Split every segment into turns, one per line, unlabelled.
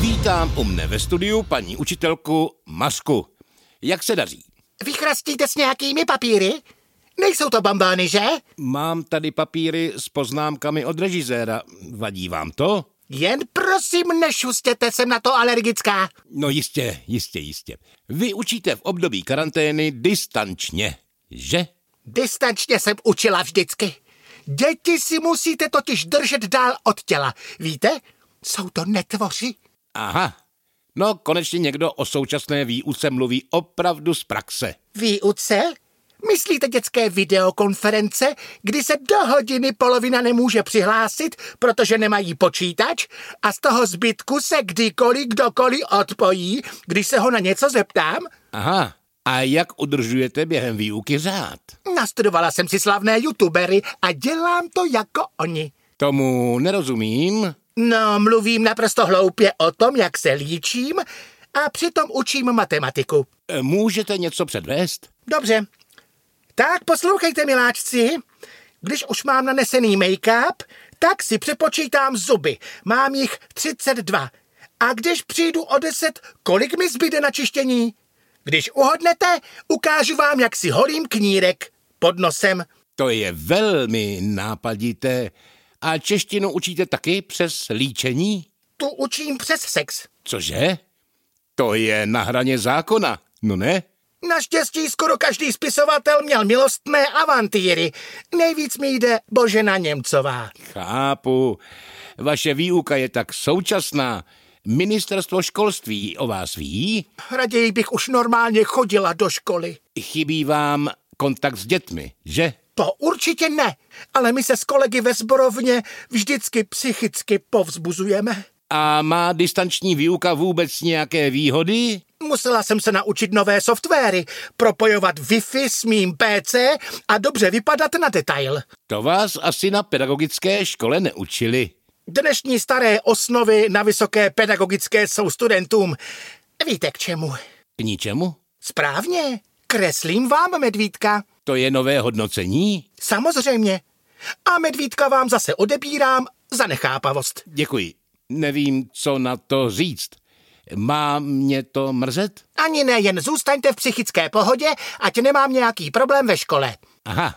Vítám u mne ve studiu paní učitelku Masku. Jak se daří?
Vychrastíte s nějakými papíry? Nejsou to bambány, že?
Mám tady papíry s poznámkami od režiséra. Vadí vám to?
Jen prosím, nešustěte, jsem na to alergická.
No jistě, jistě, jistě. Vy učíte v období karantény distančně, že?
Distančně jsem učila vždycky. Děti si musíte totiž držet dál od těla. Víte? Jsou to netvoři.
Aha. No, konečně někdo o současné výuce mluví opravdu z praxe.
Výuce? Myslíte dětské videokonference, kdy se do hodiny polovina nemůže přihlásit, protože nemají počítač a z toho zbytku se kdykoliv kdokoliv odpojí, když se ho na něco zeptám?
Aha. A jak udržujete během výuky řád?
Nastudovala jsem si slavné youtubery a dělám to jako oni.
Tomu nerozumím.
No, mluvím naprosto hloupě o tom, jak se líčím a přitom učím matematiku.
E, Můžete něco předvést?
Dobře. Tak poslouchejte, miláčci. Když už mám nanesený make-up, tak si přepočítám zuby. Mám jich 32. A když přijdu o 10, kolik mi zbyde na čištění? Když uhodnete, ukážu vám, jak si holím knírek pod nosem.
To je velmi nápadité. A češtinu učíte taky přes líčení?
Tu učím přes sex.
Cože? To je na hraně zákona, no ne?
Naštěstí skoro každý spisovatel měl milostné avantýry. Nejvíc mi jde Božena Němcová.
Chápu. Vaše výuka je tak současná. Ministerstvo školství o vás ví?
Raději bych už normálně chodila do školy.
Chybí vám kontakt s dětmi, že?
To určitě ne, ale my se s kolegy ve zborovně vždycky psychicky povzbuzujeme.
A má distanční výuka vůbec nějaké výhody?
Musela jsem se naučit nové softwary, propojovat Wi-Fi s mým PC a dobře vypadat na detail.
To vás asi na pedagogické škole neučili.
Dnešní staré osnovy na vysoké pedagogické jsou studentům. Víte k čemu?
K ničemu?
Správně, kreslím vám medvídka.
To je nové hodnocení?
Samozřejmě. A medvídka vám zase odebírám za nechápavost.
Děkuji. Nevím, co na to říct. Má mě to mrzet?
Ani ne, jen zůstaňte v psychické pohodě, ať nemám nějaký problém ve škole.
Aha.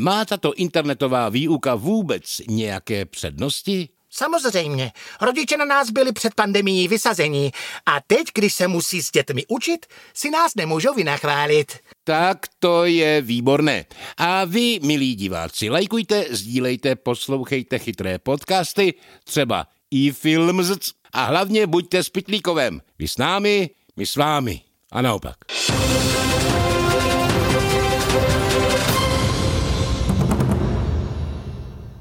Má tato internetová výuka vůbec nějaké přednosti?
Samozřejmě, rodiče na nás byli před pandemií vysazení a teď, když se musí s dětmi učit, si nás nemůžou vynachválit.
Tak to je výborné. A vy, milí diváci, lajkujte, sdílejte, poslouchejte chytré podcasty, třeba i film z- a hlavně buďte s Pitlíkovem. Vy s námi, my s vámi. A naopak.